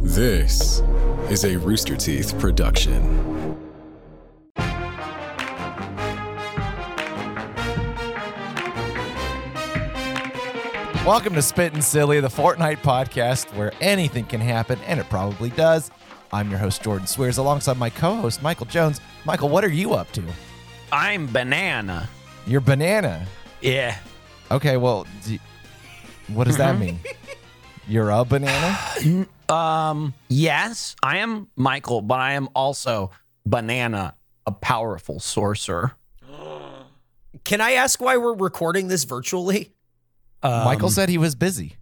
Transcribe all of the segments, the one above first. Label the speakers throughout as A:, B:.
A: This is a Rooster Teeth production.
B: Welcome to Spittin' Silly, the Fortnite podcast where anything can happen, and it probably does. I'm your host, Jordan Swears, alongside my co host, Michael Jones. Michael, what are you up to?
C: I'm banana.
B: You're banana.
C: Yeah.
B: Okay, well, d what does
C: Mm-hmm.
B: that mean? You're a banana?
C: Um, Yes, I am Michael, but I am also banana, a powerful sorcerer.
D: Can I ask why we're recording this virtually?
C: Um,
B: Michael said he was busy.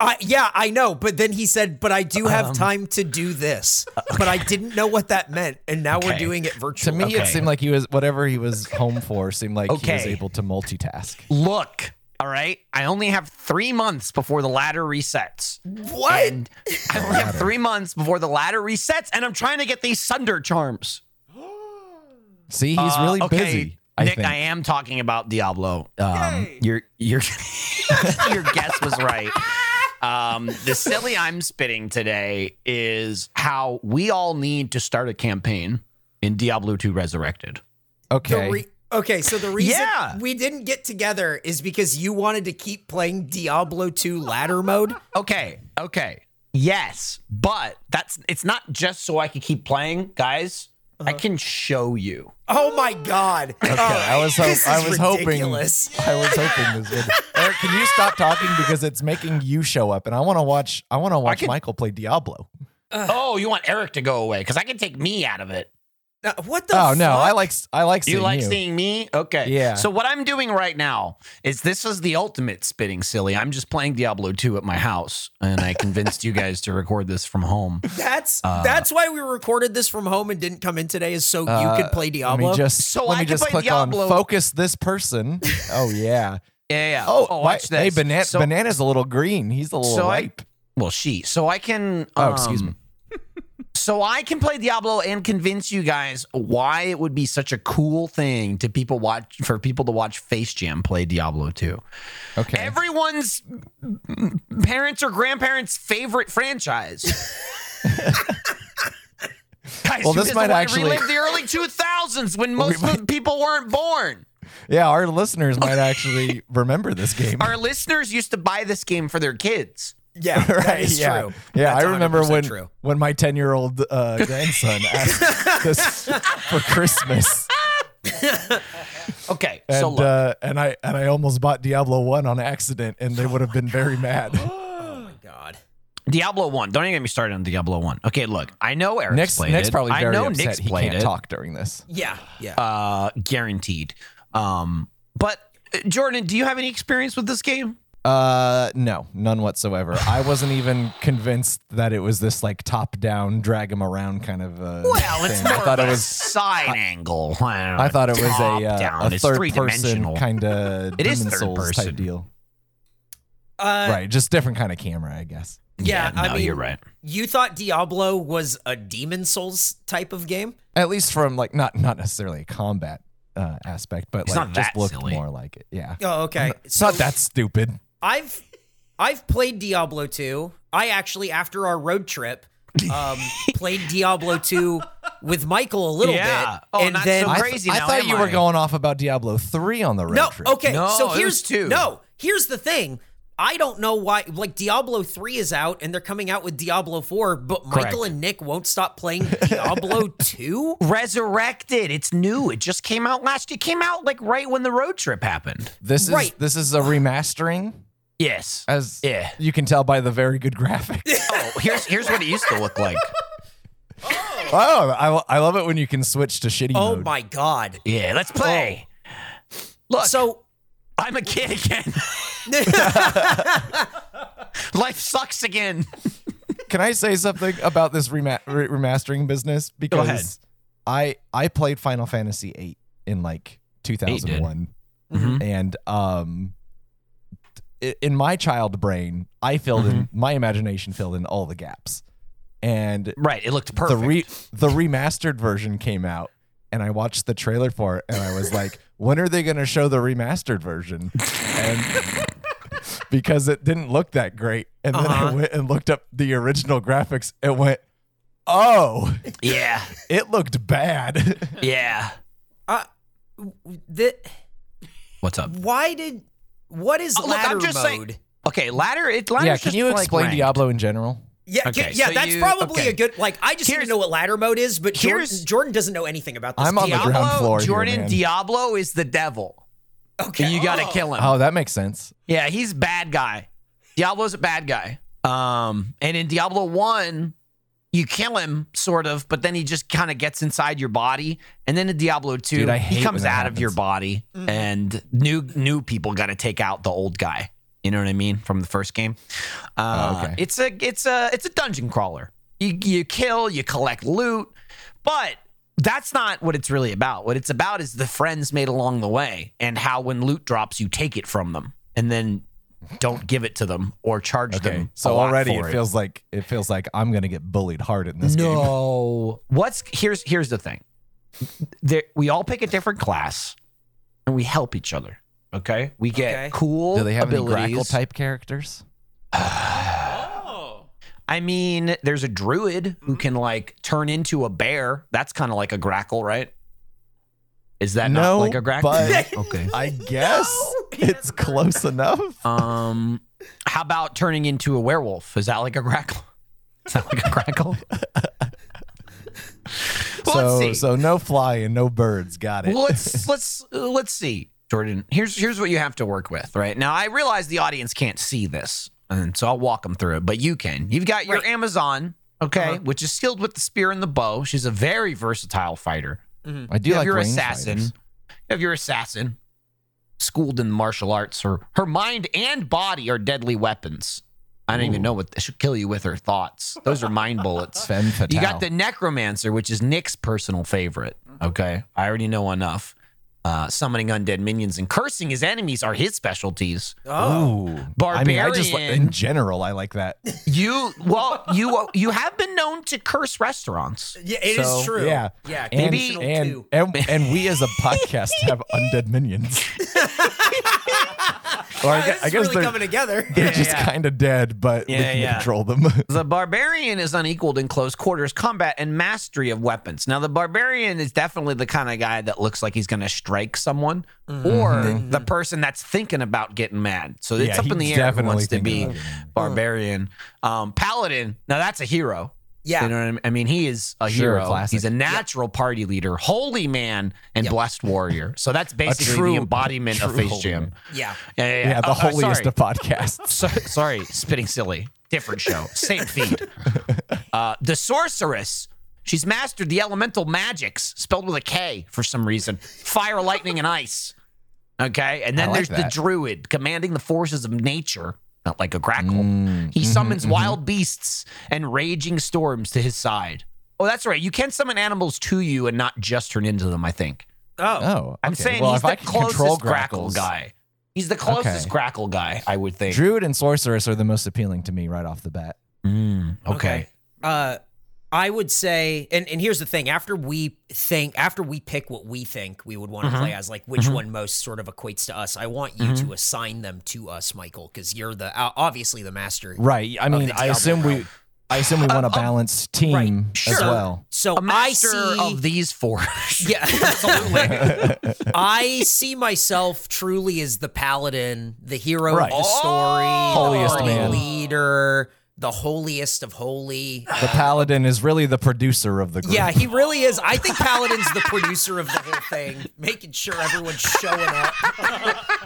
D: Uh, yeah, I know, but then he said, "But I do
B: Um,
D: have time to do this." But I didn't know what that meant, and now we're
C: Okay.
D: doing it
B: uh, To
D: virtually.
B: me, it
C: okay.
B: seemed like he was, whatever he was home for, seemed like he was
C: Okay.
B: able to multitask.
C: Look, all right. I only have three months before the ladder resets.
D: what?
C: And I only have three months before the ladder resets, and I'm trying to get these Sunder charms.
B: See, he's
C: Uh,
B: really
C: okay,
B: busy. I
C: Nick,
B: think.
C: I am talking about Diablo. Um, your your your guess was right. Um, the silly I'm spitting today is how we all need to start a campaign in Diablo 2 Resurrected.
B: okay.
D: The re- okay, so the reason
C: Yeah.
D: we didn't get together is because you wanted to keep playing Diablo 2 ladder mode.
C: Okay, okay, yes, but that's it's not just so I can keep playing, guys. I
B: Uh-huh.
C: can show you.
D: Oh my god! Okay,
B: I was, ho-
D: this
B: I was
D: is ridiculous.
B: hoping. I was hoping this would. Eric, can you stop talking because it's making you show up, and I want to watch. I want to watch
C: can-
B: Michael play Diablo.
C: oh, you want Eric to go away because I can take me out of it.
D: Uh, what the?
B: Oh no,
D: fuck?
B: I like. I like seeing
C: You
B: you.
C: like seeing me? Okay.
B: Yeah.
C: So what I'm doing right now is this is the ultimate spitting silly. I'm just playing Diablo 2 at my house and I convinced you guys to record this from home.
D: That's
B: Uh,
D: that's why we recorded this from home and didn't come in today, is so you could
B: uh,
D: play
B: Let
D: Diablo.
B: me just.
C: So
B: let
C: I
B: me
C: can
B: just
C: play
B: click on
C: Diablo.
B: focus this person. Oh yeah.
C: Yeah, yeah.
B: Oh, why-
C: watch this.
B: Hey, banana.
C: So-
B: banana's a little green. He's a little
C: So I-
B: ripe.
C: Well, she. So I can
B: Oh, excuse
C: um,
B: me.
C: So I can play Diablo and convince you guys why it would be such a cool thing to people watch for people to watch Face Jam play Diablo 2.
B: okay.
C: Everyone's parents or grandparents' favorite franchise. Guys,
B: Well,
C: you
B: this
C: guys
B: might
C: wanna
B: actually-
C: relive the early 2000s when most of the people weren't born.
B: yeah, our listeners might actually remember this game.
C: Our listeners used to buy this game for their kids.
D: yeah, that is
B: yeah.
D: true.
B: Yeah,
D: That's
B: I remember
D: 100%
B: when
D: true.
B: when my ten year old uh, grandson asked this for Christmas,
C: Okay,
B: and
C: so look,
B: uh, and I and I almost bought Diablo one on accident, and they would have been very mad.
D: Oh my god.
C: Diablo One. Don't even get me started on Diablo One. Okay, look, I know Eric's
B: Nick's,
C: played
B: Nick's
C: it.
B: probably very
C: I know
B: upset
C: Nick's
B: he
C: played
B: can't
C: it.
B: talk during this.
D: Yeah, yeah.
C: Uh, guaranteed. Um, but uh, Jordan, do you have any experience with this game?
B: Uh, no, none whatsoever. I wasn't even convinced that it was this like top down, drag him around kind of. Uh,
C: Well, it's
B: thing.
C: more
B: I thought
C: of
B: it
C: a
B: was.
C: side angle.
B: I thought it was
C: top
B: a, uh,
C: down.
B: a
C: It's
B: third person
C: three-dimensional.
B: kind of
C: It is
B: Demon
C: third
B: Souls type
C: person.
B: deal,
D: Uh,
B: right? Just different kind of camera, I guess.
D: Yeah, I
C: no,
D: mean,
C: you're right.
D: You thought Diablo was a Demon Souls type of game?
B: At least from like not not necessarily a combat uh, aspect, but
C: It's
B: like
C: not
B: just
C: that
B: looked
C: silly.
B: more like it. Yeah,
D: Oh, okay.
B: it's not that stupid.
D: I've I've played Diablo 2. I actually after our road trip um played Diablo 2 with Michael a little
C: Yeah.
D: bit
C: Oh,
D: and
C: not
D: then
C: so
B: I,
C: great. Crazy
B: I
C: now,
B: thought
C: am
B: you were
C: I?
B: going off about Diablo three on the road
D: No,
B: trip.
D: okay.
C: No,
D: so
C: it
D: here's
C: was two.
D: No, here's the thing. I don't know why like Diablo 3 is out and they're coming out with Diablo 4, but Michael
C: Correct.
D: and Nick won't stop playing Diablo 2?
C: Resurrected. It's new. It just came out last. It came out like right when the road trip happened.
B: This is
D: Right.
B: this is a remastering,
C: Yes.
B: as
C: Yeah.
B: you can tell by the very good graphics.
C: Oh, here's here's what it used to look like.
B: oh, I, I love it when you can switch to shitty
D: Oh
B: mode.
D: my god.
C: Yeah. Let's play.
B: Oh.
C: Look,
D: So
C: I'm a kid again. Life sucks again.
B: Can I say something about this rema- re- remastering business? Because
C: ahead.
B: I I played Final Fantasy VIII in like 2001,
C: Mhm.
B: and um, i- in my child brain, I filled in
C: Mm-hmm.
B: my imagination filled in all the gaps, and
C: Right. It looked perfect.
B: the re the remastered version came out and I watched the trailer for it and I was like, when are they gonna show the remastered version? And because it didn't look that great. And then I
D: Uh-huh.
B: went and looked up the original graphics and went, oh,
C: Yeah.
B: it looked bad.
C: Yeah.
D: The,
C: What's up?
D: why did what is
C: Oh, look, I'm
D: ladder
C: just
D: mode?
C: saying- Okay, ladder. It ladder's
B: yeah, can
C: just
B: you
C: like
B: explain
C: ranked.
B: Diablo in general?
D: Yeah, can-
C: Okay,
D: yeah,
C: so
D: that's
C: you-
D: probably
C: okay.
D: a good like. I just need to
C: Here's-
D: know what ladder mode is, but Jordan,
C: here's-
D: Jordan doesn't know anything about this.
B: I'm on the
D: Diablo.
B: ground floor here,
C: Jordan
B: man.
C: Diablo is the devil.
D: Okay,
C: You gotta
D: Oh.
C: kill him.
B: Oh, that makes sense.
C: Yeah, he's bad guy. Diablo's a bad guy. Um, and in Diablo one, you kill him sort of, but then he just kind of gets inside your body. And then in Diablo two,
B: Dude, I
C: he
B: hate
C: comes
B: when
C: out
B: that
C: of your
B: happens.
C: body, and new new people got to take out the old guy. You know what I mean from the first game. Uh,
B: Oh, okay.
C: It's a it's a it's a dungeon crawler. You you kill, you collect loot, but that's not what it's really about. What it's about is the friends made along the way and how when loot drops, you take it from them and then don't give it to them or charge
B: Okay.
C: them. a
B: So
C: lot
B: already
C: for
B: it feels like it feels like I'm gonna get bullied hard in this game.
C: no. What's here's here's the thing. There, we all pick a different class and we help each other. Okay, we get
D: Okay.
C: cool.
B: Do they have
C: abilities.
B: any grackle type characters?
D: Oh.
C: I mean, there's a druid who can like turn into a bear. That's kind of like a grackle, right? Is that
B: No,
C: not like a grackle?
B: but-
C: okay.
B: I guess it's close enough.
C: Um, how about turning into a werewolf? Is that like a grackle? Is that like a grackle? well,
B: so
C: let's see.
B: so no fly and no birds. Got it.
C: Well, let's let's uh, let's see, Jordan. Here's here's what you have to work with right now. I realize the audience can't see this, and so I'll walk them through it. But you can. You've got your
D: Right.
C: Amazon, okay,
D: Uh-huh.
C: which is skilled with the spear and the bow. She's a very versatile fighter.
B: I do
C: You have
B: like
C: your
B: range
C: assassin.
B: fighters.
C: You have your assassin, schooled in martial arts. Her her mind and body are deadly weapons. I don't even know what she'll kill you with her thoughts. Those are mind bullets.
B: Femme fatale.
C: You got the necromancer, which is Nick's personal favorite.
B: Mm-hmm.
C: Okay, I already know enough. Uh, summoning undead minions and cursing his enemies are his specialties.
D: Oh,
C: Barbarian.
B: I mean, I just like, in general, I like that.
C: You well, you you have been known to curse restaurants.
D: yeah, it is
C: So,
D: true.
B: Yeah,
D: yeah,
B: and,
D: conditional
B: and,
D: too.
B: and and we as a podcast have undead minions. or I,
D: Wow,
B: gu-
D: this
B: I
D: is
B: guess
D: Oh, really
B: they're,
D: coming together.
B: they're just
C: yeah.
B: kind of dead, but we
C: Yeah,
B: can
C: yeah.
B: control them.
C: The barbarian is unequaled in close quarters combat and mastery of weapons. Now, the barbarian is definitely the kind of guy that looks like he's going to strike someone, or the person that's thinking about getting mad. So
B: Mm-hmm.
C: it's
B: Yeah,
C: up in
B: he's
C: the air who
B: definitely
C: wants to
B: thinking
C: be
B: about getting mad.
C: barbarian. Um, Paladin, now that's a hero.
D: yeah,
C: You know what I mean? I mean, he is a
B: Sure,
C: hero.
B: classic.
C: He's a natural party leader, holy man, and blessed warrior. So that's basically
B: true-
C: the embodiment of
B: true
C: Face
B: holy
C: Jam.
B: man.
D: yeah.
C: Yeah, yeah, yeah.
B: yeah, the
C: Oh, oh,
B: holiest
C: sorry.
B: of podcasts.
C: So, sorry, spitting silly. Different show, same feed. Uh, the sorceress. She's mastered the elemental magics, spelled with a K for some reason. Fire, lightning, and ice. Okay, and then
B: I like
C: there's
B: that.
C: the druid, commanding the forces of nature, not like a grackle.
B: Mm-hmm, Mm,
C: he summons wild beasts and raging storms to his side. Oh, that's right. You can summon animals to you and not just turn into them. I think.
D: Oh,
B: Oh,
C: I'm
B: okay.
C: saying
B: well,
C: he's
B: if I
C: the
B: can control
C: closest grackle
B: grackles,
C: guy. He's the closest
B: Okay.
C: grackle guy, I would think.
B: Druid and sorceress are the most appealing to me right off the bat.
C: Mm,
B: Oh,
C: okay.
D: uh I would say and, and here's the thing after we think after we pick what we think we would want to
C: Mhm.
D: play as like which
C: Mhm.
D: one most sort of equates to us I want you
C: Mm-hmm.
D: to assign them to us Michael cuz you're the uh, obviously the master
B: Right. I mean,
D: the
B: I
D: Diablo
B: assume we,
D: realm.
B: I assume we want a balanced team as
D: Uh, um, sure.
B: well.
D: so
C: A
D: I
C: master
D: see
C: of these four.
D: yeah I see myself truly as the paladin the hero
B: Right.
D: of the story
B: Holiest
D: the party
B: man.
D: leader the holiest of holy
B: The paladin is really the producer of the group.
D: Yeah, he really is. I think Paladin's the producer of the whole thing, making sure everyone's showing up.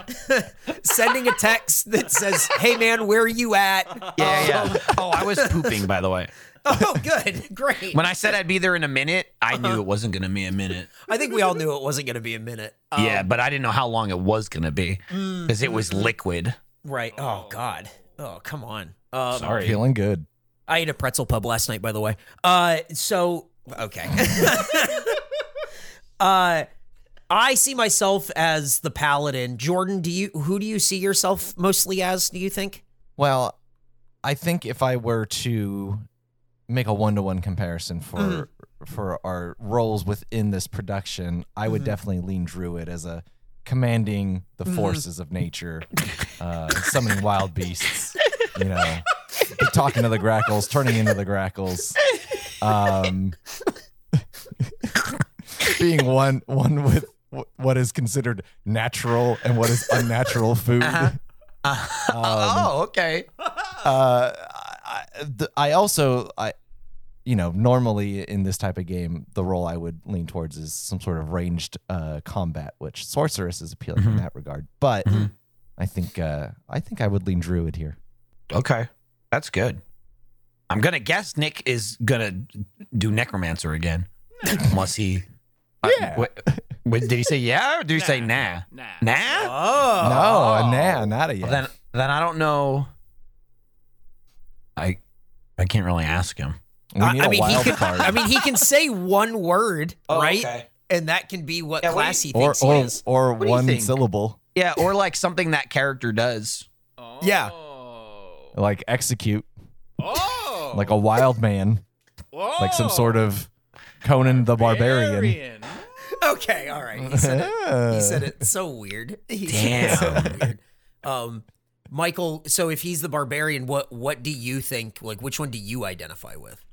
D: Sending a text that says, "Hey man, where are you at?"
C: yeah, yeah. Oh, I was pooping, by the way.
D: Oh, good. Great.
C: When I said I'd be there in a minute, I knew it wasn't going to be a minute.
D: I think we all knew it wasn't going to be a minute. Um,
C: yeah, but I didn't know how long it was going to be because it was liquid.
D: Right. Oh god. Oh, come on. Um,
C: Sorry.
B: feeling good.
D: I ate a pretzel pub last night, by the way. Uh, so okay. uh, I see myself as the paladin. Jordan, do you? Who do you see yourself mostly as? Do you think?
B: Well, I think if I were to make a one-to-one comparison for for our roles within this production, I would definitely lean Druid as a commanding the forces of nature, uh, summoning wild beasts, you know, talking to the grackles, turning into the grackles, um, being one one with wh- what is considered natural and what is unnatural food. Um,
C: oh, okay.
B: Uh, I, I- th- I also I you know normally in this type of game the role I would lean towards is some sort of ranged uh, combat, which sorceress is appealing
D: Mm-hmm.
B: in that regard. But
C: Mhm.
B: I think uh, I think I would lean druid here.
C: Okay. That's good. I'm going to guess Nick is going to do Necromancer again. Unless he. uh,
B: Yeah.
C: wait, wait, did he say yeah or did he say nah?
E: Nah.
C: Nah?
B: no,
D: Oh.
B: nah, not a yet.
C: Well, then, then I don't know. I I can't really ask him.
B: we need
D: I,
B: a
D: I mean,
B: wild
D: he can,
B: card.
D: I mean, he can say one word, right? And that can be what
C: Oh, Yeah, what do
D: class he
B: or
D: thinks he
B: or,
D: is.
B: or
C: do you
B: one
C: think?
B: syllable
C: Yeah, or like something that character does.
E: Oh.
D: Yeah.
E: Oh.
B: like execute
C: Oh.
B: like a wild man, like some sort of Conan the Barbarian.
C: Oh.
D: Okay, all right. He said it. He said it so weird. He said it
C: Damn.
D: so weird. Um, Michael. So if he's the barbarian, what what do you think? Like, which one do you identify with?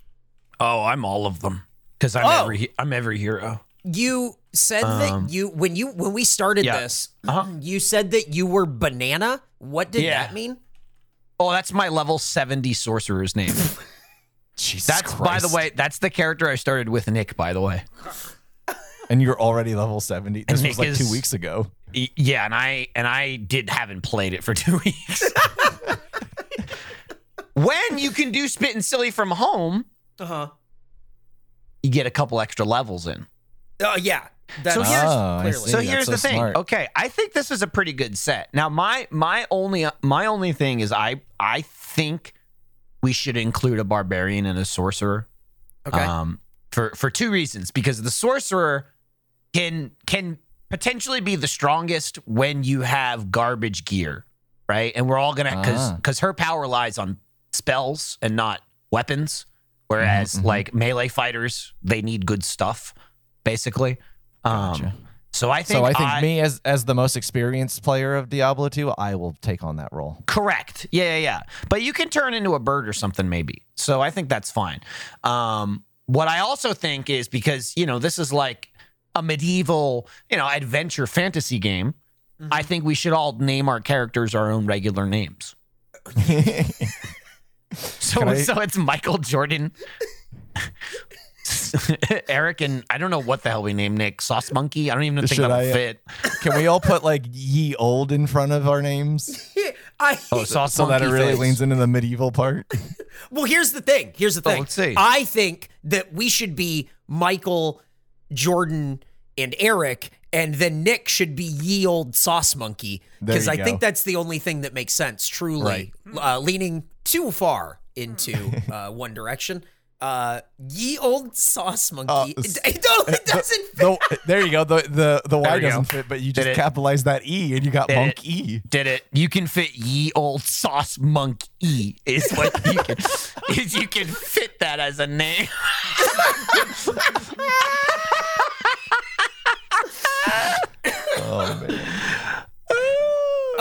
C: Oh, I'm all of them because I'm
D: Oh.
C: every I'm every hero.
D: You said
C: Um,
D: that you when you when we started
C: yeah.
D: this,
C: Uh-huh.
D: you said that you were banana. What did
C: Yeah.
D: that mean?
C: Oh, that's my level 70 sorcerer's name.
B: Jesus
C: That's by the
B: Christ.
C: way, that's the character I started with Nick, by the way.
B: and you're already level 70. This
C: Nick
B: was like
C: is-
B: two weeks ago.
C: Y- Yeah, and I and I did haven't played it for two weeks. when you can do spit and silly from home,
D: Uh
C: Uh-huh.
D: huh.
C: you get a couple extra levels in.
D: Oh yeah. That's
C: So here's-
B: Oh, I
D: clearly.
B: see.
C: So
B: that's
C: here's
B: so
C: the thing.
B: smart.
C: Okay, I think this is a pretty good set. Now my my only my only thing is I I think we should include a barbarian and a sorcerer.
D: okay.
C: um, for for two reasons. Because the sorcerer can can potentially be the strongest when you have garbage gear, right? And we're all gonna because
B: Ah.
C: because her power lies on spells and not weapons, whereas
B: Mhm, mhm.
C: like melee fighters they need good stuff, basically. Um,
B: Gotcha.
C: So I think
B: So I think
C: I-
B: me as as the most experienced player of Diablo 2, I will take on that role.
C: Correct. Yeah, yeah, yeah. But you can turn into a bird or something, maybe. So I think that's fine. Um, what I also think is because, you know, this is like a medieval, you know, adventure fantasy game. I
B: Mm-hmm.
C: think we should all name our characters our own regular names. So,
B: Can I-
C: so it's Michael Jordan, Eric, and I don't know what the hell we named Nick. Sauce Monkey. I don't even think
B: Should
C: that'll
B: I, uh,
C: fit.
B: Can we all put like ye old in front of our names
D: I
C: Oh, Sauce
B: so that
C: Monkey.
B: it really
C: face.
B: leans into the medieval part?
D: Well, here's the thing. Here's the
C: Oh,
D: thing.
C: let's see.
D: I think that we should be Michael, Jordan, and Eric, and then Nick should be ye old sauce monkey.
B: There
D: Because
B: you
D: I
B: go.
D: think that's the only thing that makes sense, truly. Uh, leaning too far into uh, one direction. Uh, ye old
C: Uh,
D: sauce monkey. it,
B: s-
D: it don't- it doesn't fit.
B: No, there you go. The the the
C: There
B: Y
C: we go.
B: doesn't fit, but you
C: Did
B: just
C: it.
B: capitalize that E and you got
C: Did
B: monk
C: it.
B: E.
C: did it. You can fit ye old sauce monk E is what you can is you can fit that as a name.
B: Oh man.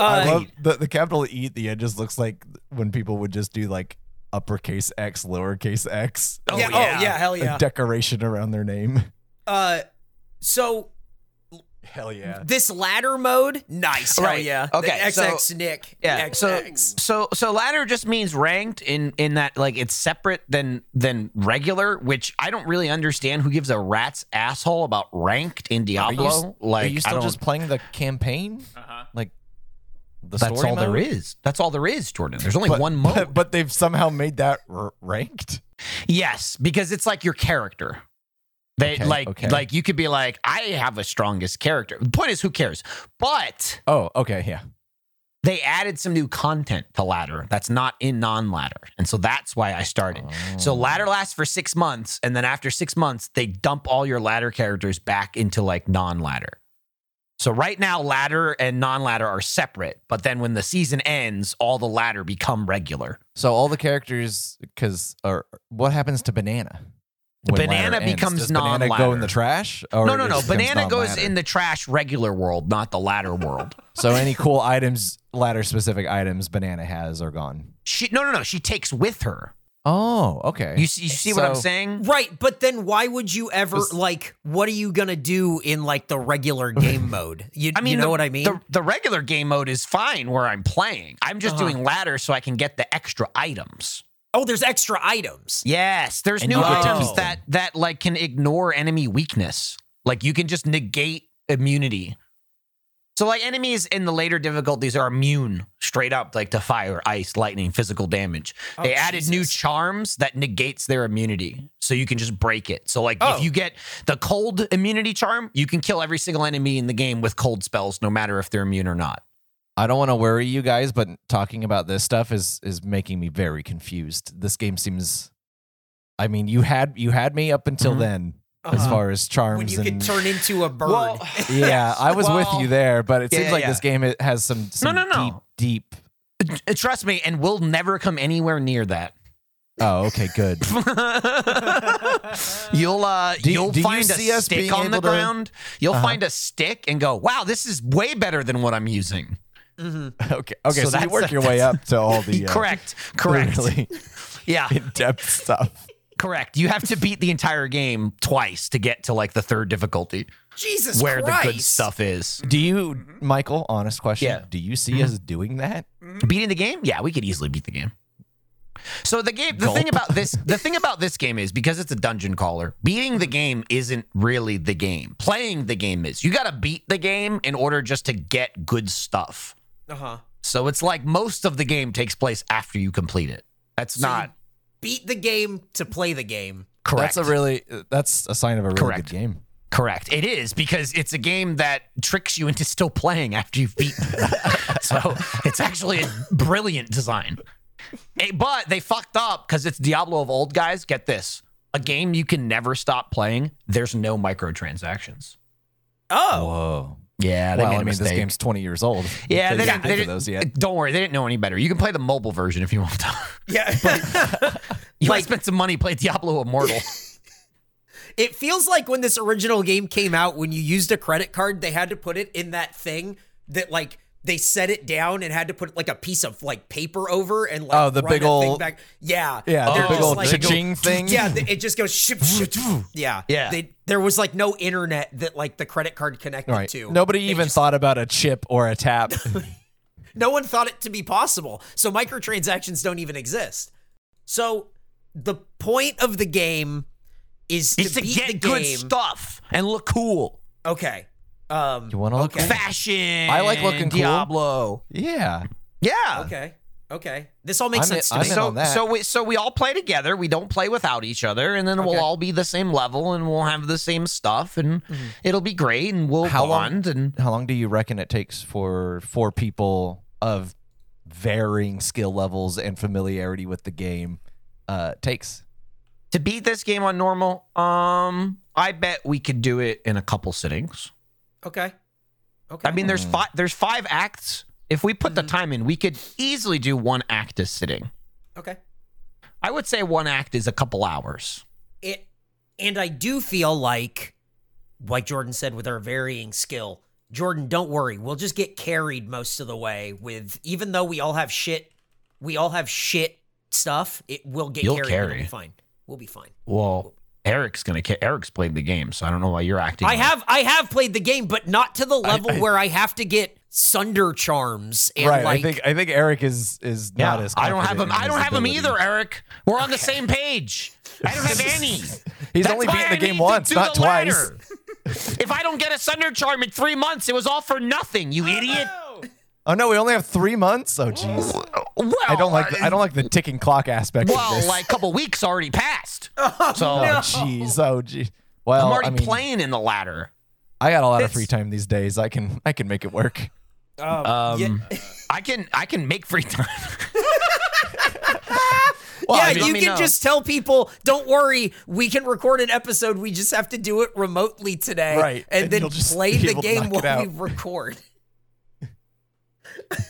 D: Uh,
B: I love the, the capital E at the end just looks like when people would just do like uppercase X, lowercase X.
C: Oh,
D: yeah,
C: yeah.
D: oh, yeah, hell yeah.
B: A decoration around their name.
D: Uh, so
B: Hell yeah.
D: this ladder mode, nice. Hell
C: Right.
D: yeah.
C: Okay,
D: The
C: so-
D: XX Nick.
C: Yeah. So
D: XX.
C: so so ladder just means ranked in in that like it's separate than than regular, which I don't really understand. Who gives a rat's asshole about ranked in Diablo? like
B: Are you
C: I
B: still
C: don't-
B: just playing the campaign?
E: Uh-huh.
B: Like the
C: that's
B: story
C: all there
B: mode?
C: is. That's all there is, Jordan. There's only
B: But-
C: one mode.
B: But, but they've somehow made that r- ranked.
C: Yes, because it's like your character. They
B: Okay,
C: like
B: okay.
C: like you could be like, I have a strongest character. The point is who cares? But
B: Oh, okay, yeah.
C: they added some new content to ladder that's not in non-ladder. And so that's why I started.
B: Oh.
C: So ladder lasts for six months, and then after six months, they dump all your ladder characters back into like non-ladder. So right now, ladder and non-ladder are separate, but then when the season ends, all the ladder become regular.
B: So all the characters, because or what happens to Banana? when
C: Banana
B: ladder ends.
C: becomes
B: Does banana go in
C: non-ladder.
B: the trash? Or
C: no, no,
B: it
C: no.
B: just
C: Banana
B: becomes
C: goes
B: non-ladder?
C: in the trash regular world, not the latter world.
B: So any cool items, ladder specific items, banana has are gone.
C: She no, no, no. She takes with her.
B: Oh, okay.
C: You, see- you see what I'm
B: So-
C: saying?
D: Right, but then why would you ever like? What are you gonna do in like the regular game mode? You,
C: I mean,
D: you know
C: the-
D: what I mean?
C: The, the regular game mode is fine where I'm playing. I'm just
D: Uh-huh.
C: doing ladder so I can get the extra items.
D: oh, there's extra items.
C: Yes, there's
B: And
C: new
B: you
D: get to
C: items
D: use them.
C: that that like can ignore enemy weakness. Like you can just negate immunity. So like enemies in the later difficulties are immune straight up like to fire, ice, lightning, physical damage.
D: Oh,
C: they added new
D: Jesus.
C: charms that negates their immunity. So you can just break it. So like
D: Oh.
C: if you get the cold immunity charm, you can kill every single enemy in the game with cold spells no matter if they're immune or not.
B: I don't want to worry you guys, but talking about this stuff is is making me very confused. This game seems. I mean, you had you had me up until
C: Mhm.
B: then as
D: Uh-huh.
B: far as charms
D: when you
B: and
D: could turn into a bird.
B: yeah, I was with
C: Well-
B: you there, but it
C: Yeah,
B: seems
C: yeah,
B: like
C: yeah.
B: this game it has some, some
C: no, no.
B: deep deep.
C: Uh, Trust me, and we'll never come anywhere near that.
B: Oh, okay, good.
C: you'll uh,
B: Do-
C: you'll
B: do you
C: find a
B: see us
C: stick
B: being
C: on the
B: able to-
C: ground. you'll
B: Uh-huh.
C: find a stick and go, "Wow, this is way better than what I'm using."
D: Mhm.
B: okay, okay.
C: So
B: So, you
C: that's-
B: work your way up to all the uh,
C: correct, correct,
B: really
C: yeah,
B: in depth stuff.
C: correct. You have to beat the entire game twice to get to like the third difficulty,
D: Jesus
C: where
D: Christ.
C: the good stuff is.
B: Do you,
C: Mm-hmm.
B: Michael? Honest question.
C: Yeah.
B: Do you see us doing that?
C: Beating the game, yeah, we could easily beat the game. So the game, the
B: Gulp.
C: thing about this, the thing about this game is because it's a dungeon crawler, beating the game isn't really the game. Playing the game is. You got to beat the game in order just to get good stuff.
D: Uh huh.
C: So it's like most of the game takes place after you complete it. That's not
D: Beat the game to play the game.
C: correct.
B: That's a really that's a sign of a really
C: Correct.
B: good game.
C: correct. It is because it's a game that tricks you into still playing after you've beaten. it. so it's actually a brilliant design. Eh, But they fucked up because it's Diablo of old guys. Get this. A game you can never stop playing. There's no microtransactions.
D: Oh,
B: Whoa.
C: Yeah,
B: well, I mean, this game's 20 years old.
C: Yeah,
B: they,
C: they
B: didn't
C: didn't- they
B: think of
C: didn't-
B: those yet.
C: Don't worry, they didn't know any better. You can play the mobile version if you want to.
D: yeah.
C: you
D: Like-
C: might spend some money play Diablo Immortal.
D: It feels like when this original game came out, when you used a credit card, they had to put it in that thing that like they set it down and had to put like a piece of like paper over and like
B: Oh, the
D: run
B: big
D: that thing
B: ol-
D: back. Yeah,
B: Yeah, the
D: They're
B: big
D: just
B: old
D: like-
B: cha-ching thing.
D: Yeah, th- it just goes ship ship. Yeah,
C: Yeah.
D: They, there was like no internet that like the credit card connected
B: right.
D: to.
B: Nobody
D: They
B: even
D: just-
B: thought about a chip or a tap.
D: No one thought it to be possible. So microtransactions don't even exist. So the point of the game is to,
C: It's to
D: beat
C: get
D: the
C: good
D: game.
C: stuff and look cool.
D: Okay. Um,
B: You wanna look
D: okay.
B: cool?
C: Fashion.
B: I like looking cool.
C: Diablo.
B: yeah.
C: Yeah.
D: Okay. Okay. This all makes
B: I'm in-
D: sense to
B: I'm
D: me.
B: in
C: So
B: on that.
C: so we so we all play together. We don't play without each other, and then
D: Okay.
C: we'll all be the same level, and we'll have the same stuff, and it'll be great, and we'll
B: Mm-hmm. How long-
C: bond. And
B: How long do you reckon it takes for four people of varying skill levels and familiarity with the game uh, takes?
C: to beat this game on normal, um, I bet we could do it in a couple sittings.
D: okay. Okay.
C: I mean,
B: Mm.
C: there's five there's five acts. If we put the time in, we could easily do one act a sitting.
D: okay.
C: I would say one act is a couple hours.
D: It and I do feel like like Jordan said with our varying skill. Jordan, don't worry. We'll just get carried most of the way with even though we all have shit we all have shit stuff, it will get
C: You'll
D: carried. We'll
C: carry.
D: be fine. We'll be fine.
C: Well, Eric's gonna. ca- Eric's played the game, so I don't know why you're acting.
D: I
C: like-
D: have I have played the game, but not to the level where I have to get sunder charms and
B: right.
D: like
B: I think I think Eric is is
C: Yeah,
B: not as.
C: I don't have him.
B: confident in
C: I don't
B: his
C: have him
B: ability.
C: either, Eric. We're on the same page. I don't have any.
B: He's
C: That's
B: only
C: why
B: beaten
C: I
B: the game
C: need to
B: once,
C: do
B: not
C: the
B: twice.
C: ladder. if I don't get a Sunder charm in three months, it was all for nothing. You idiot.
B: Oh no, we only have three months. Oh jeez.
C: Well,
B: I don't like the, I don't like the ticking clock aspect. of
C: uh, Well,
B: this.
C: like a couple weeks already passed. so
B: oh jeez, oh gee. Well,
C: I'm already
B: I mean,
C: playing in the ladder.
B: I got a lot of
D: That's-
B: free time these days. I can I can make it work.
C: Um, I can I can make free time.
B: Well,
D: yeah,
B: I mean,
D: you
C: let me
D: can
C: know.
D: just tell people, don't worry, we can record an episode. We just have to do it remotely today.
B: Right,
D: And,
B: and
D: then
B: you'll just
D: play
B: be
D: the
B: able to
D: game
B: knock it
D: while we
B: out.
D: record.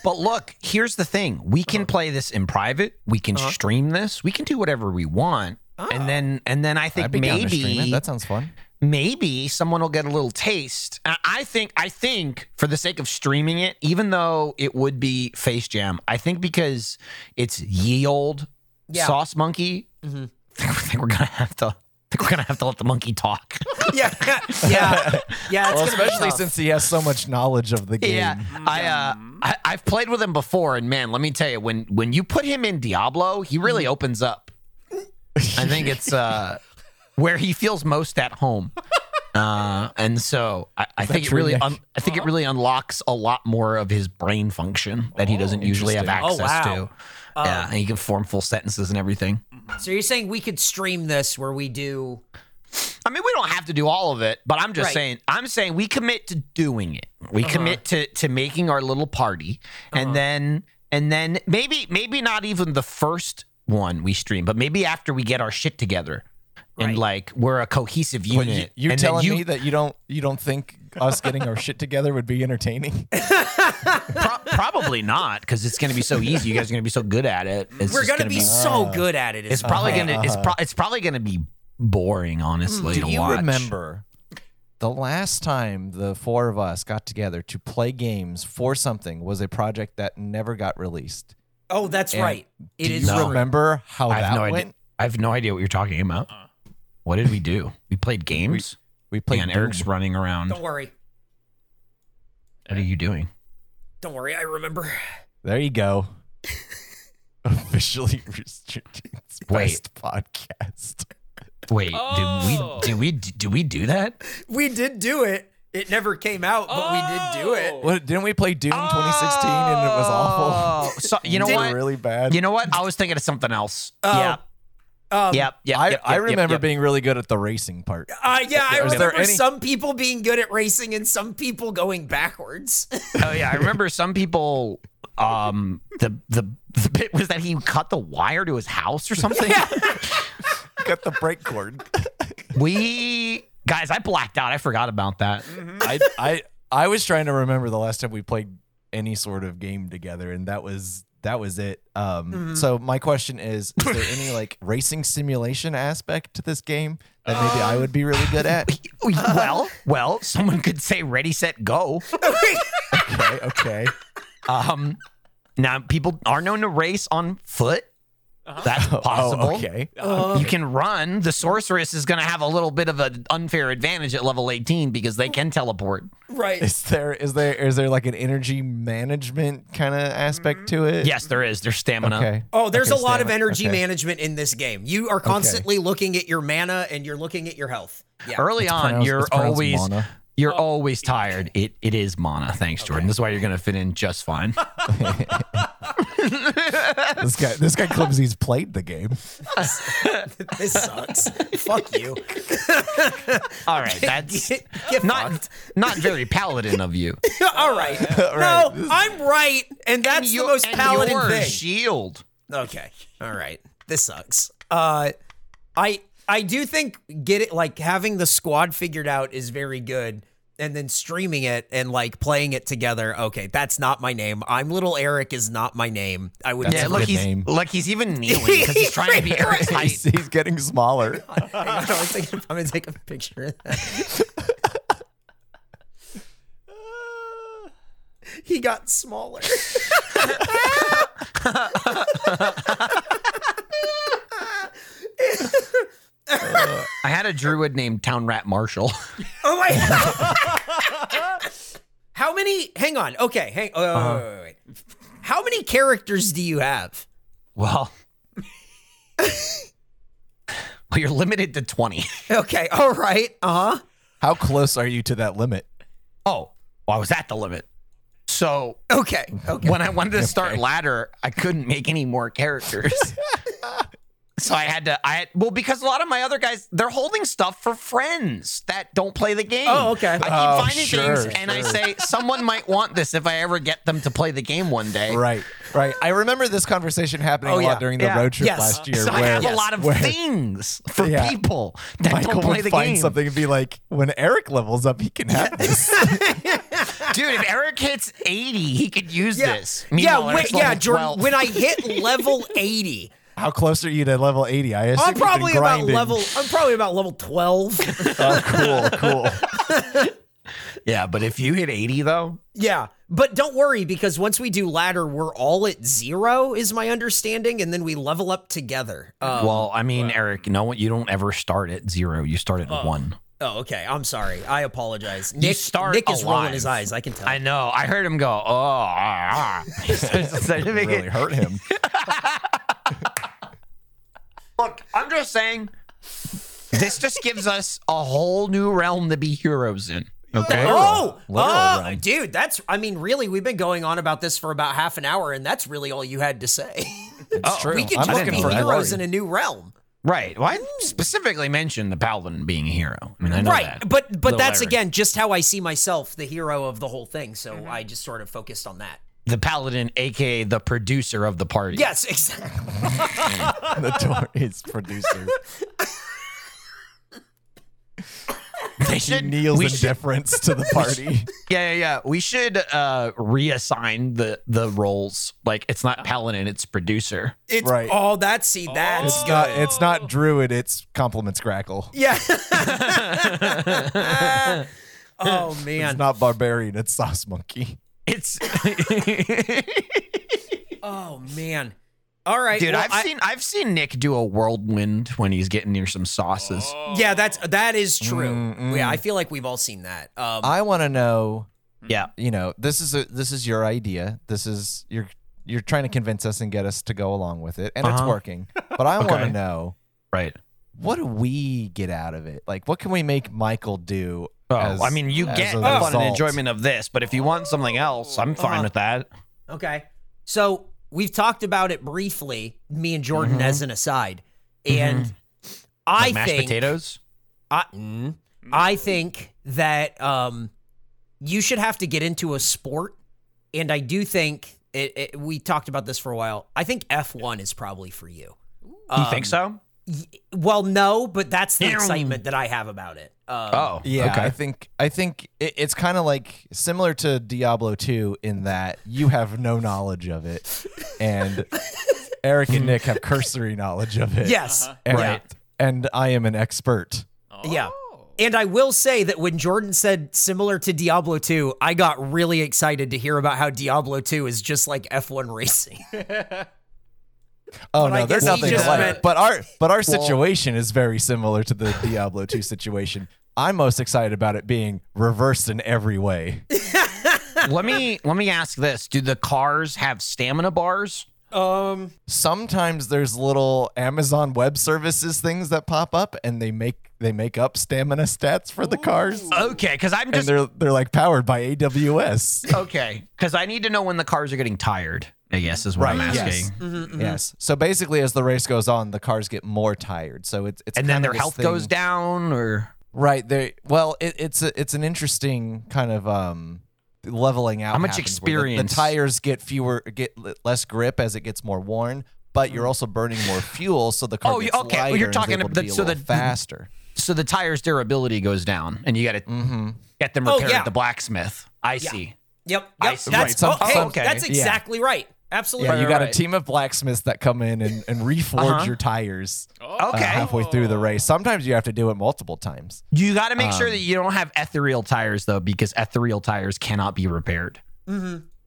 C: But look, here's the thing. We can play this in private. We can stream this. We can do whatever we want.
D: Oh.
C: And then and then I
B: I'd
C: think
B: be down to stream it.
C: maybe
B: That sounds fun.
C: maybe someone will get a little taste. I- I think I think for the sake of streaming it, even though it would be Face Jam, I think because it's ye old
D: Yeah.
C: Sauce Monkey,
D: Mhm.
C: I think we're gonna have to. I think we're gonna have to let the monkey talk.
D: yeah, yeah, yeah. It's
B: Well,
D: gonna be
B: especially
D: tough.
B: since he has so much knowledge of the game.
C: Yeah,
D: Mm-hmm.
C: I, uh, I I've played with him before, and man, let me tell you, when when you put him in Diablo, he really
D: Mm-hmm.
C: opens up. I think it's uh, where he feels most at home, uh, and so I, I think it
B: true,
C: really
B: Nick?
C: un- I think it really unlocks a lot more of his brain function that he doesn't usually have
D: Oh,
C: access
D: wow. Um,
C: to. yeah, and he can form full sentences and everything.
D: so you're saying we could stream this where we do?
C: I mean, we don't have to do all of it, but I'm just
D: Right.
C: saying, I'm saying we commit to doing it. We
B: Uh-huh.
C: commit to to making our little party, and then and then maybe maybe not even the first one we stream, but maybe after we get our shit together
D: Right.
C: and like we're a cohesive
B: But
C: unit.
B: you, you're
C: and then
B: telling
C: you-
B: me that you don't you don't think us getting our shit together would be entertaining?
C: pro- probably not because it's going to be so easy. You guys are going to be so good at it. It's
D: We're
C: just
D: gonna,
C: gonna
D: be, so good at it.
C: It's
D: is-
C: probably gonna. It's pro- It's probably gonna be boring, honestly.
B: Mm, Do
C: to
B: you
C: watch.
B: remember the last time the four of us got together to play games for something was a project that never got released?
D: Oh, that's
B: And
D: right. It
B: Do
D: is.
B: you
D: true.
B: remember how
C: I have
B: that
C: no idea.
B: went?
C: I have no idea what you're talking about. What did we do? We played games.
B: We played
C: and
B: Doom.
C: Eric's running around.
D: Don't worry.
C: What are you doing?
D: Don't worry. I remember.
B: There you go. Officially restricted
C: Wait.
B: best podcast.
C: Wait,
E: Oh.
C: did we did we do we do that?
D: We did do it. It never came out, but we did do it.
B: What, didn't we play Doom 2016 and it was awful?
C: Oh, so, you know
B: We were
C: what?
B: Really bad.
C: You know what? I was thinking of something else.
D: Oh.
C: yeah.
D: Um,
C: yep. Yep.
B: I,
C: yep,
B: I
C: yep, yep,
B: remember
C: yep.
B: being really good at the racing part.
D: Uh, yeah, I
B: Was there
D: remember
B: any-
D: some people being good at racing and some people going backwards.
C: Oh yeah, I remember some people. Um, the the the bit was that he cut the wire to his house or something.
B: Got the brake cord.
C: We guys, I blacked out. I forgot about that.
B: I I I was trying to remember the last time we played any sort of game together, and that was that was it. Um,
C: Mm-hmm.
B: So my question is: Is there any like racing simulation aspect to this game that maybe
C: Um,
B: I would be really good at?
C: Well, well, someone could say ready, set, go.
B: Okay, okay.
C: Um, now people are known to race on foot. That's
B: Oh,
C: possible.
B: okay.
D: Uh,
C: You can run. The sorceress is going to have a little bit of an unfair advantage at level 18 because they can teleport.
D: right.
B: Is there is there is there like an energy management kind of aspect to it?
C: Yes, there is. There's stamina.
B: Okay.
D: Mm-hmm. Oh, there's
B: Okay,
D: a lot
B: Stan,
D: of energy
B: okay.
D: management in this game. You are constantly looking at your mana and you're looking at your health. Yeah. Oh.
C: Early on,
B: pronounced-
C: you're
B: it's pronounced
C: always
B: mana.
C: you're always tired. It it is mana. Thanks, Jordan. This is why you're going to fit in just fine.
B: This guy this guy claims he's played the game.
D: this sucks. Fuck you.
C: All right, that's
D: Get- get
C: not not very paladin of you.
D: All right. No, I'm right, and that's
C: Your-
D: the most
C: and
D: paladin
C: your
D: thing.
C: shield.
D: okay. All right. This sucks. Uh, I I do think get it like having the squad figured out is very good, and then streaming it and like playing it together. Okay, that's not my name. I'm little Eric is not my name. I would.
C: yeah,
B: a
C: look,
B: good
C: he's
B: name.
C: look, he's even kneeling because he's trying to be Eric's height.
B: He's, he's getting smaller.
D: I was thinking, I'm gonna take a picture of that. he got smaller.
C: I had a druid named Town Rat Marshall.
D: Oh my god. How many hang on. Okay, hang oh,
C: Uh-huh.
D: wait, wait, wait. How many characters do you have?
C: Well, well, you're limited to 20.
D: Okay, all right. Uh-huh.
B: How close are you to that limit?
C: Oh, well, I was at the limit. So
D: Okay. Okay.
C: when I wanted to start ladder, I couldn't make any more characters. so I had to, I had, well, because a lot of my other guys, they're holding stuff for friends that don't play the game.
D: Oh, okay.
C: I keep
B: Oh,
C: finding
B: sure,
C: things and I
B: sure.
C: say, someone might want this if I ever get them to play the game one day.
B: Right, right. I remember this conversation happening
D: Oh,
B: a
D: yeah.
B: lot during the
C: Yeah.
B: road trip
D: Yes.
B: last year,
C: So I
B: where
C: have a lot of
B: where
C: things for
B: Yeah.
C: people that
B: Michael
C: don't play
B: would
C: the
B: find
C: game.
B: something and be like, "When Eric levels up, he can have this."
C: Dude, if Eric hits 80, he could use
D: Yeah.
C: this.
D: Yeah,
C: Meanwhile,
D: when,
C: Eric's
D: yeah,
C: level
D: Jordan,
C: 12.
D: when I hit level 80,
B: How close are you to level 80? I assume
D: I'm
B: you've been
D: probably about
B: grinding.
D: level. I'm probably about level twelve.
B: Oh, cool, cool.
C: Yeah, but if you hit 80 though,
D: yeah, but don't worry because once we do ladder, we're all at zero, is my understanding, and then we level up together. Um,
C: well, I mean, Eric, no one you don't ever start at 0. You start at 1.
D: oh, okay. I'm sorry. I apologize. Nick,
C: start
D: Nick is rolling his
C: alive.
D: eyes. I can tell.
C: I know. I heard him go, "Oh." ah, ah."
B: really hurt him.
C: Look, I'm just saying this just gives us a whole new realm to be heroes in. Okay.
D: Oh,
B: Literal
D: oh,
B: realm.
D: dude, that's. I mean, really, we've been going on about this for about half an hour, and that's really all you had to say.
B: It's
C: oh,
B: true.
D: we could
B: I'm
D: just
B: looking
D: be
B: for that
D: heroes in
B: glory.
D: a new realm.
C: Right. Well, I specifically mentioned the paladin being a hero. I mean, I know
D: Right,
C: that.
D: but but
C: Little
D: that's
C: Eric.
D: again just how I see myself, the hero of the whole thing. So I just sort of focused on that.
C: the paladin, aka the producer of the party.
D: Yes, exactly.
B: the door is producer.
C: they
B: She
C: should.
B: kneels
C: we
B: in
C: should-
B: deference to the party.
C: yeah, yeah, yeah. We should uh, reassign the the roles. Like, it's not paladin, it's producer.
D: It's
B: Right.
D: oh, that's see, that's
B: It's
D: good.
B: not, it's not druid, it's compliments grackle.
D: Yeah. oh man.
B: It's not barbarian, it's sauce monkey.
C: It's
D: oh man. All right,
C: dude.
D: well,
C: I've
D: I-
C: seen I've seen Nick do a whirlwind when he's getting near some sauces.
D: Yeah, that's that is true.
B: Mm,
D: Yeah,
B: mm.
D: I feel like we've all seen that. Um,
B: I want to know
C: Yeah.
B: you know this is a this is your idea this is you're you're trying to convince us and get us to go along with it and it's
C: Uh-huh.
B: working but i want
C: Okay.
B: to know
C: Right.
B: what do we get out of it like what can we make michael do
C: Oh,
B: as-
C: I mean, you
B: as
C: get
B: a
C: the fun and
B: result?
C: enjoyment of this, but if you want something else, I'm fine
D: Uh-huh.
C: with that.
D: Okay. So we've talked about it briefly, me and Jordan
C: Mhm.
D: as an aside. And I
C: Mm-hmm. Like mashed
D: think
C: potatoes.
D: I, mm, I think that um you should have to get into a sport. And I do think it, it, we talked about this for a while. I think F1 is probably for you.
C: You
D: Um,
C: think so?
D: y- well, no, but that's the
C: Ew.
D: excitement that I have about it. Um,
C: Oh,
B: yeah i
C: Okay.
B: think i think it, it's kind of like similar to diablo 2 in that you have no knowledge of it and eric and nick have cursory knowledge of it
D: Yes.
B: and,
C: Right.
B: and i am an expert
D: Yeah.
C: Oh.
D: And I will say that when Jordan said similar to Diablo 2, I got really excited to hear about how Diablo 2 is just like F1 racing.
B: Oh
D: But I
B: no, there's
D: guess he
B: nothing
D: just
B: like.
D: meant-
B: But our but our situation is very similar to the Diablo 2 situation. I'm most excited about it being reversed in every way.
C: um, let me let me ask this: Do the cars have stamina bars?
D: Um
B: Sometimes there's little Amazon Web Services things that pop up, and they make they make up stamina stats for the cars,
C: Okay, because I'm
B: and
C: Uh, just
B: they're they're like powered by AWS.
C: okay because I need to know when the cars are getting tired. I guess is what I'm
B: Right,
C: asking. Mm-hmm,
B: yes. Yes. So basically, as the race goes on, the cars get more tired. So it's it's
C: And then
B: kind of
C: their
B: this
C: health
B: thing-
C: goes down, or
B: Right. They well, it, it's a, it's an interesting kind of um leveling out.
C: How much
B: happens where the-
C: experience?
B: The, tires get fewer, get l- less grip as it gets more worn, but you're also burning more fuel, so the car
C: Mm. Oh, you-
B: gets
C: okay, well,
B: lighter
C: you're
B: and is
C: talking
B: able to
C: the-
B: be a
C: so
B: little
C: the-
B: faster.
C: so the tires' durability goes down, and you got to
B: Mm-hmm.
C: get them
D: Oh,
C: repaired
D: yeah.
C: at the blacksmith. I see.
D: Yep. yep
C: I
D: that's
C: see. Right, some-
D: oh, hey,
C: some-
D: that's
C: okay,
B: yeah.
D: exactly right. Absolutely.
B: Yeah, you got
C: right.
B: a team of blacksmiths that come in and, and reforge
C: Uh-huh.
B: your tires uh,
C: Okay,
B: halfway through the race. Sometimes you have to do it multiple times.
C: you got to make
B: Um.
C: sure that you don't have ethereal tires though, because ethereal tires cannot be repaired.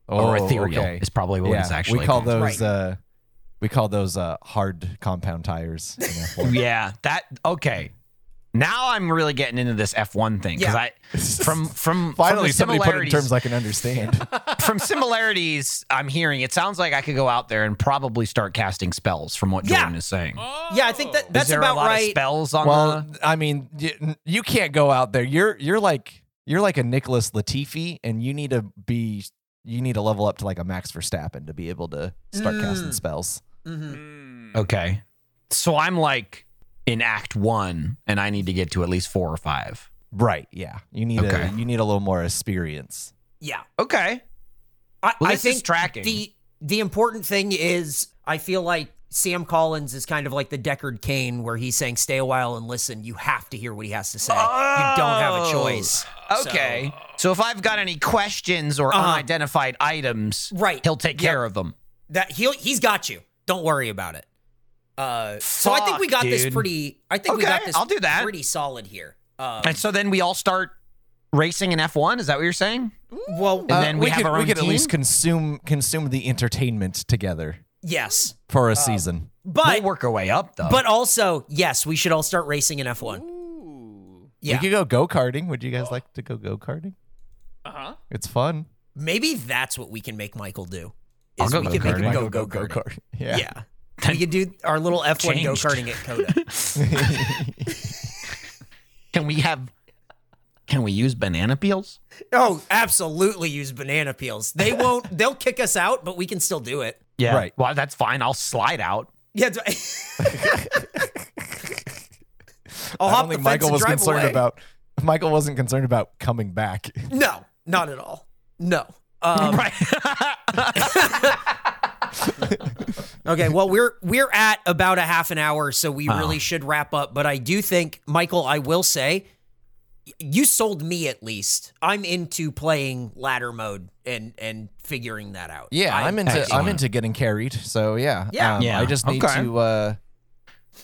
C: or ethereal
B: Oh, okay.
C: is probably what it's actually
B: we call
C: called.
B: those
D: Right.
B: uh, we call those uh, hard compound tires. in F1.
C: Yeah, that okay. Now I'm really getting into this F1 thing because
D: Yeah.
C: I from from
B: Finally,
C: from the
B: somebody put it in
C: similarities Uh-huh.
B: terms I can understand.
C: from similarities I'm hearing. It sounds like I could go out there and probably start casting spells from what
D: Yeah.
C: Jordan is saying.
B: Oh.
D: Yeah, I think that
C: is
D: that's
C: there
D: about
C: a lot of
D: right.
C: spells on
B: well,
C: the
B: I mean, you, you can't go out there. You're you're like you're like a Nicholas Latifi, and you need to be you need to level up to like a Max Verstappen to be able to start casting
D: Mm.
B: spells.
D: Mhm.
C: Mm-hmm. Hmm. Okay. So I'm like in act one and I need to get to at least four or five.
B: Right? Yeah. You need
C: Okay.
B: a you need a little more experience.
D: Yeah.
C: Okay.
D: I,
C: Well,
D: I
C: this is
D: think
C: tracking.
D: the the important thing is I feel like Sam Collins is kind of like the Deckard Kane where he's saying stay a while and listen. You have to hear what he has to say. You don't have a
C: Oh.
D: choice. So-
C: Okay. So, if I've got any questions or
D: Uh-huh.
C: unidentified items,
D: Right.
C: he'll take
D: Yep.
C: care of them.
D: that he he's got you. Don't worry about it. Uh, so I think we got
C: Fuck,
D: this
C: dude.
D: pretty. I think we got
C: Okay,
D: this.
C: I'll do that.
D: Pretty solid here. Um,
C: And so then we all start racing in F1. Is that what you're saying?
D: well,
C: And then uh, we, have
B: could,
C: our own
B: Uh, we could
C: team.
B: at least consume consume the entertainment together
D: yes,
B: for
C: Uh,
B: a season.
D: but
C: we'll work our way up though.
D: but also yes, we should all start racing in F one. Yeah,
B: We could go go karting. Would you guys like to go go karting?
E: Uh-huh.
B: It's fun.
D: maybe that's what we can make Michael do.
C: I'll
D: is
C: go
D: we can make him
C: go-karting.
D: go go go go.
B: karting.
D: Yeah.
B: Yeah.
D: We could do our little F one
C: Changed.
D: go karting at Coda.
C: can we have? Can we use banana peels?
D: oh, absolutely! Use banana peels. They won't. They'll kick us out, but we can still do it.
C: Yeah.
B: Right.
C: Well, that's fine. I'll slide out.
D: Yeah. do- I'll
B: I
D: hop
B: don't
D: the
B: think
D: fence
B: Michael
D: and
B: was
D: drive
B: concerned
D: away.
B: about Michael wasn't concerned about coming back.
D: No, not at all. No. Um,
C: right.
D: okay. Well, we're we're at about a half an hour, so
B: Ah.
D: we really should wrap up. But I do think, Michael, I will say, y- you sold me at least. I'm into playing ladder mode and and figuring that out.
B: Yeah,
D: I-
B: I'm into
C: Excellent.
B: I'm into getting carried. So yeah,
D: Yeah.
B: Um,
C: Yeah,
B: I just need
C: okay.
B: to uh,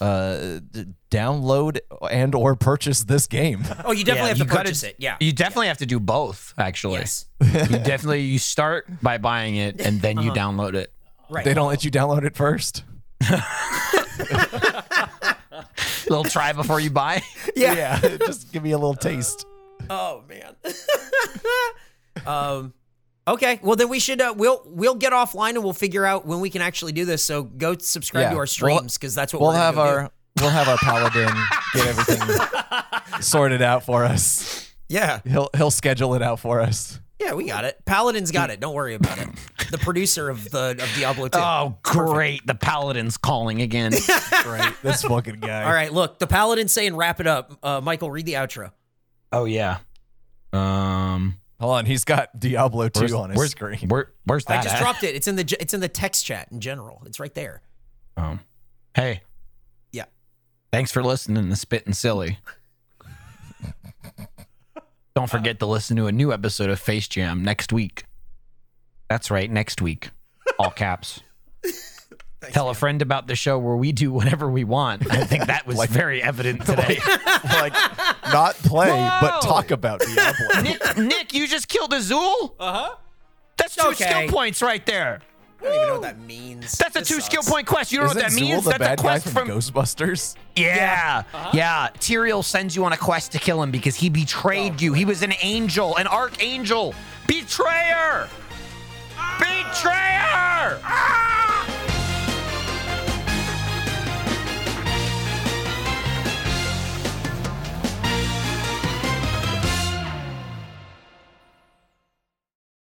B: uh, d- download and or purchase this game.
D: Oh, you definitely
C: Yeah,
D: have
C: you
D: to
C: gotta-
D: purchase it. Yeah.
C: You definitely have to do both. Actually,
D: Yes.
C: you definitely you start by buying it and then you download it.
D: Right.
B: They don't let you download it first.
C: Little try before you buy.
B: Yeah, just give me a little taste.
D: Oh man. um okay, well then we should uh, we'll we'll get offline and we'll figure out when we can actually do this. So go subscribe
B: Yeah.
D: to our
B: We'll-
D: streams cuz that's what
B: We'll
D: we're gonna
B: have
D: go do.
B: our we'll have our paladin get everything sorted out for us.
D: Yeah.
B: He'll he'll schedule it out for us.
D: Yeah, we got it. Paladin's got it. Don't worry about it. The producer of the of Diablo 2.
C: Oh, great! The paladin's calling again.
B: Right, this fucking guy.
D: All right, look, the Paladin's saying wrap it up. Uh, Michael, read the outro.
C: oh yeah. Um.
B: Hold on, he's got Diablo two on his
C: where's,
B: screen.
C: where- where's that?
D: I just
C: at?
D: dropped it. It's in the ge- it's in the text chat in general. It's right there.
C: Um, hey.
D: Yeah.
C: Thanks for listening to Spittin' Silly. Don't forget to listen to a new episode of Face Jam next week. That's right, next week. All caps. Tell a friend about the show where we do whatever we want. I think that was very evident today.
B: like not play,
C: Whoa!
B: but talk about Diablo.
C: Nick, Nick, you just killed Azul? Uh
B: Uh-huh.
C: huh. That's two
D: Okay.
C: skill points right there.
D: I don't even know what that means.
C: That's a
D: This
C: two skill
D: sucks.
C: point quest. You don't know
B: Isn't
C: what that
B: Zool
C: means?
B: the
C: That's a
B: bad guy
C: quest
B: from,
C: from
B: Ghostbusters?
C: Yeah. Yeah. Tyrael sends you on a quest to kill him because he betrayed you. He was an angel, an archangel. Betrayer!